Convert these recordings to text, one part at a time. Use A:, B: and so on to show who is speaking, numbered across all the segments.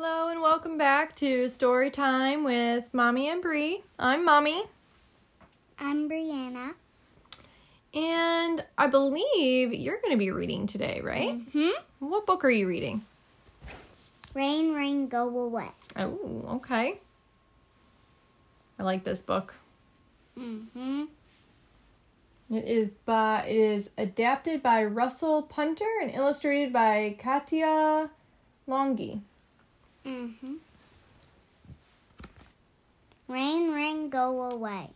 A: welcome back to Story Time with Mommy and Bree. I'm Mommy,
B: I'm Brianna.
A: and I believe you're going to be reading today, right?
B: Hmm?
A: What book are you reading?
B: Rain, rain, go away.
A: Oh, okay. I like this book.
B: Mm-hmm.
A: It is by it is adapted by Russell Punter and illustrated by Katia Longi.
B: Mm-hmm. Rain, rain, go away.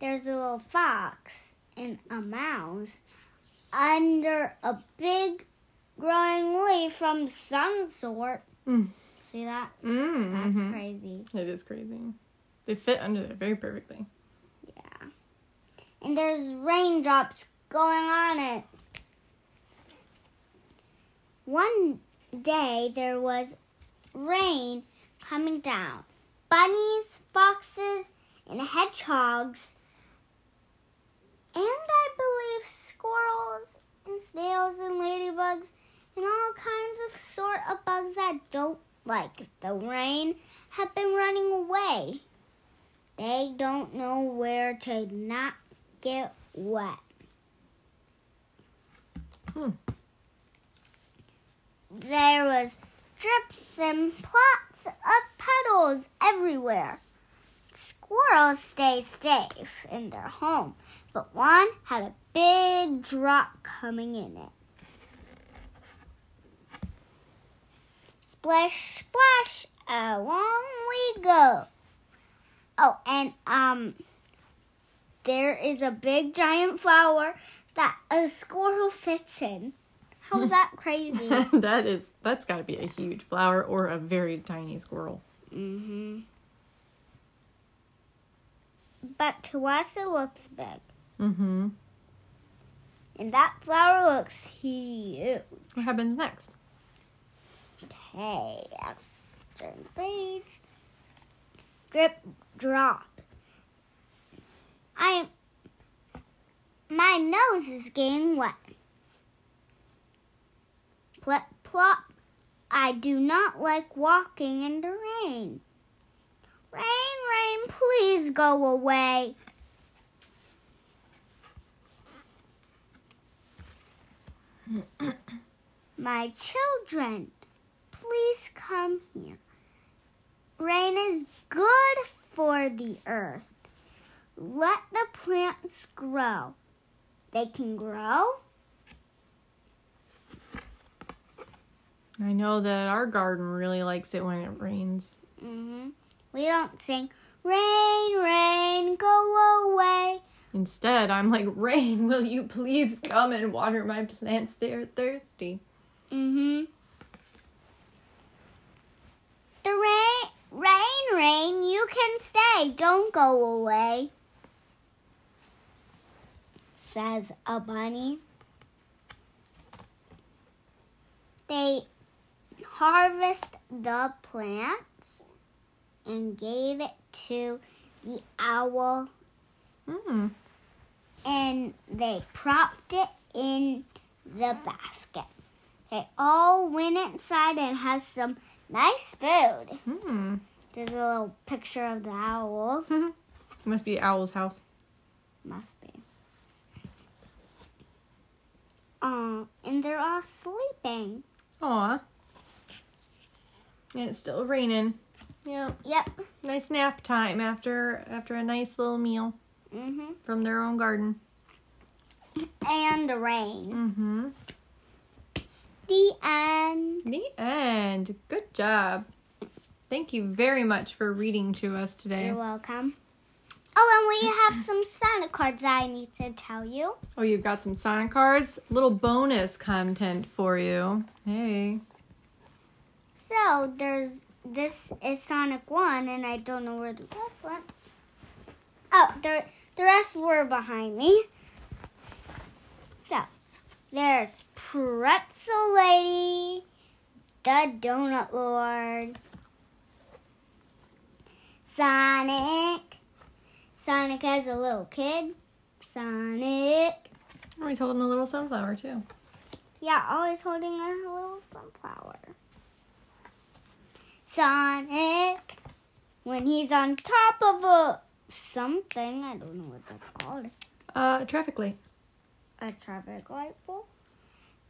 B: There's a little fox and a mouse under a big growing leaf from some sort.
A: Mm.
B: See that?
A: Mm,
B: That's
A: mhm.
B: crazy.
A: It is crazy. They fit under there very perfectly.
B: Yeah. And there's raindrops going on it. One day there was rain coming down. Bunnies, foxes, and hedgehogs, and I believe squirrels and snails and ladybugs and all kinds of sort of bugs that don't like the rain have been running away. They don't know where to not get wet.
A: Hmm.
B: There was drips and plots of puddles everywhere. Squirrels stay safe in their home, but one had a big drop coming in it. Splash, splash, along we go. Oh, and um, there is a big giant flower that a squirrel fits in. How is that crazy?
A: that is that's got to be a huge flower or a very tiny squirrel.
B: mm-hmm. But to us, it looks big,
A: Mm-hmm.
B: and that flower looks huge.
A: What happens next?
B: Okay, let's turn the page. Drip drop. I my nose is getting wet. Plop plop. I do not like walking in the rain. Rain, rain, please go away. My children, please come here. Rain is good for the earth. Let the plants grow. They can grow.
A: I know that our garden really likes it when it rains.
B: hmm We don't sing, rain, rain, go away.
A: Instead, I'm like, "Rain, will you please come and water my plants? They're thirsty."
B: hmm The rain, rain, rain, you can stay. Don't go away, says a bunny. They harvest the plants and gave it to the owl
A: Mm.
B: and they propped it in the basket. They all went inside and had some nice food.
A: Mm.
B: There's a little picture of the owl.
A: Must be the owl's house.
B: Must be. Um, and they're all sleeping.
A: Aw. And it's still raining. Yeah.
B: Yep.
A: Nice nap time after after a nice little meal
B: hmm
A: from their own garden.
B: And the rain.
A: Mm-hmm.
B: The end.
A: The end. Good job. Thank you very much for reading to us today.
B: You're welcome. Oh, and we have some Sonic cards that I need to tell you.
A: Oh, you've got some sign cards. Little bonus content for you. Hey.
B: So there's this is Sonic One, and I don't know where the rest went. Oh, the the rest were behind me. So there's Pretzel Lady, the Donut Lord, Sonic. Sonic as a little kid. Sonic.
A: Oh, he's holding a little sunflower too.
B: Yeah, always holding a little sunflower. Sonic when he's on top of a something. I don't know what that's called.
A: Uh, traffic light.
B: A traffic light pole.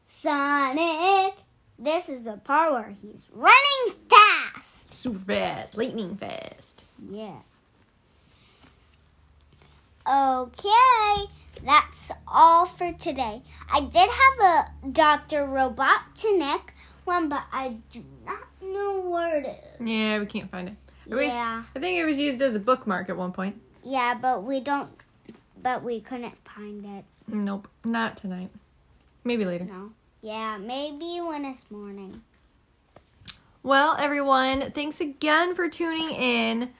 B: Sonic. This is the part where he's running fast.
A: Super fast, lightning fast.
B: Yeah. Okay, that's all for today. I did have a Dr. Robotnik one, but I do not know where it is.
A: Yeah, we can't find it. I mean,
B: Yeah.
A: I think it was used as a bookmark at one point.
B: Yeah, but we don't, but we couldn't find it.
A: Nope, not tonight. Maybe later.
B: No. Yeah, maybe when it's morning.
A: Well, everyone, thanks again for tuning in.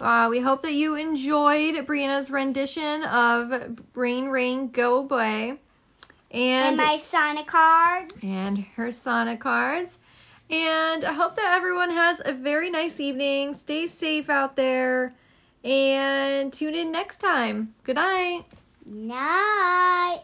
A: Uh, we hope that you enjoyed Brianna's rendition of Brain Ring Go Away
B: And
A: and,
B: my Sonic card.
A: and her Sonic cards. And I hope that everyone has a very nice evening. Stay safe out there and tune in next time. Good night.
B: Night.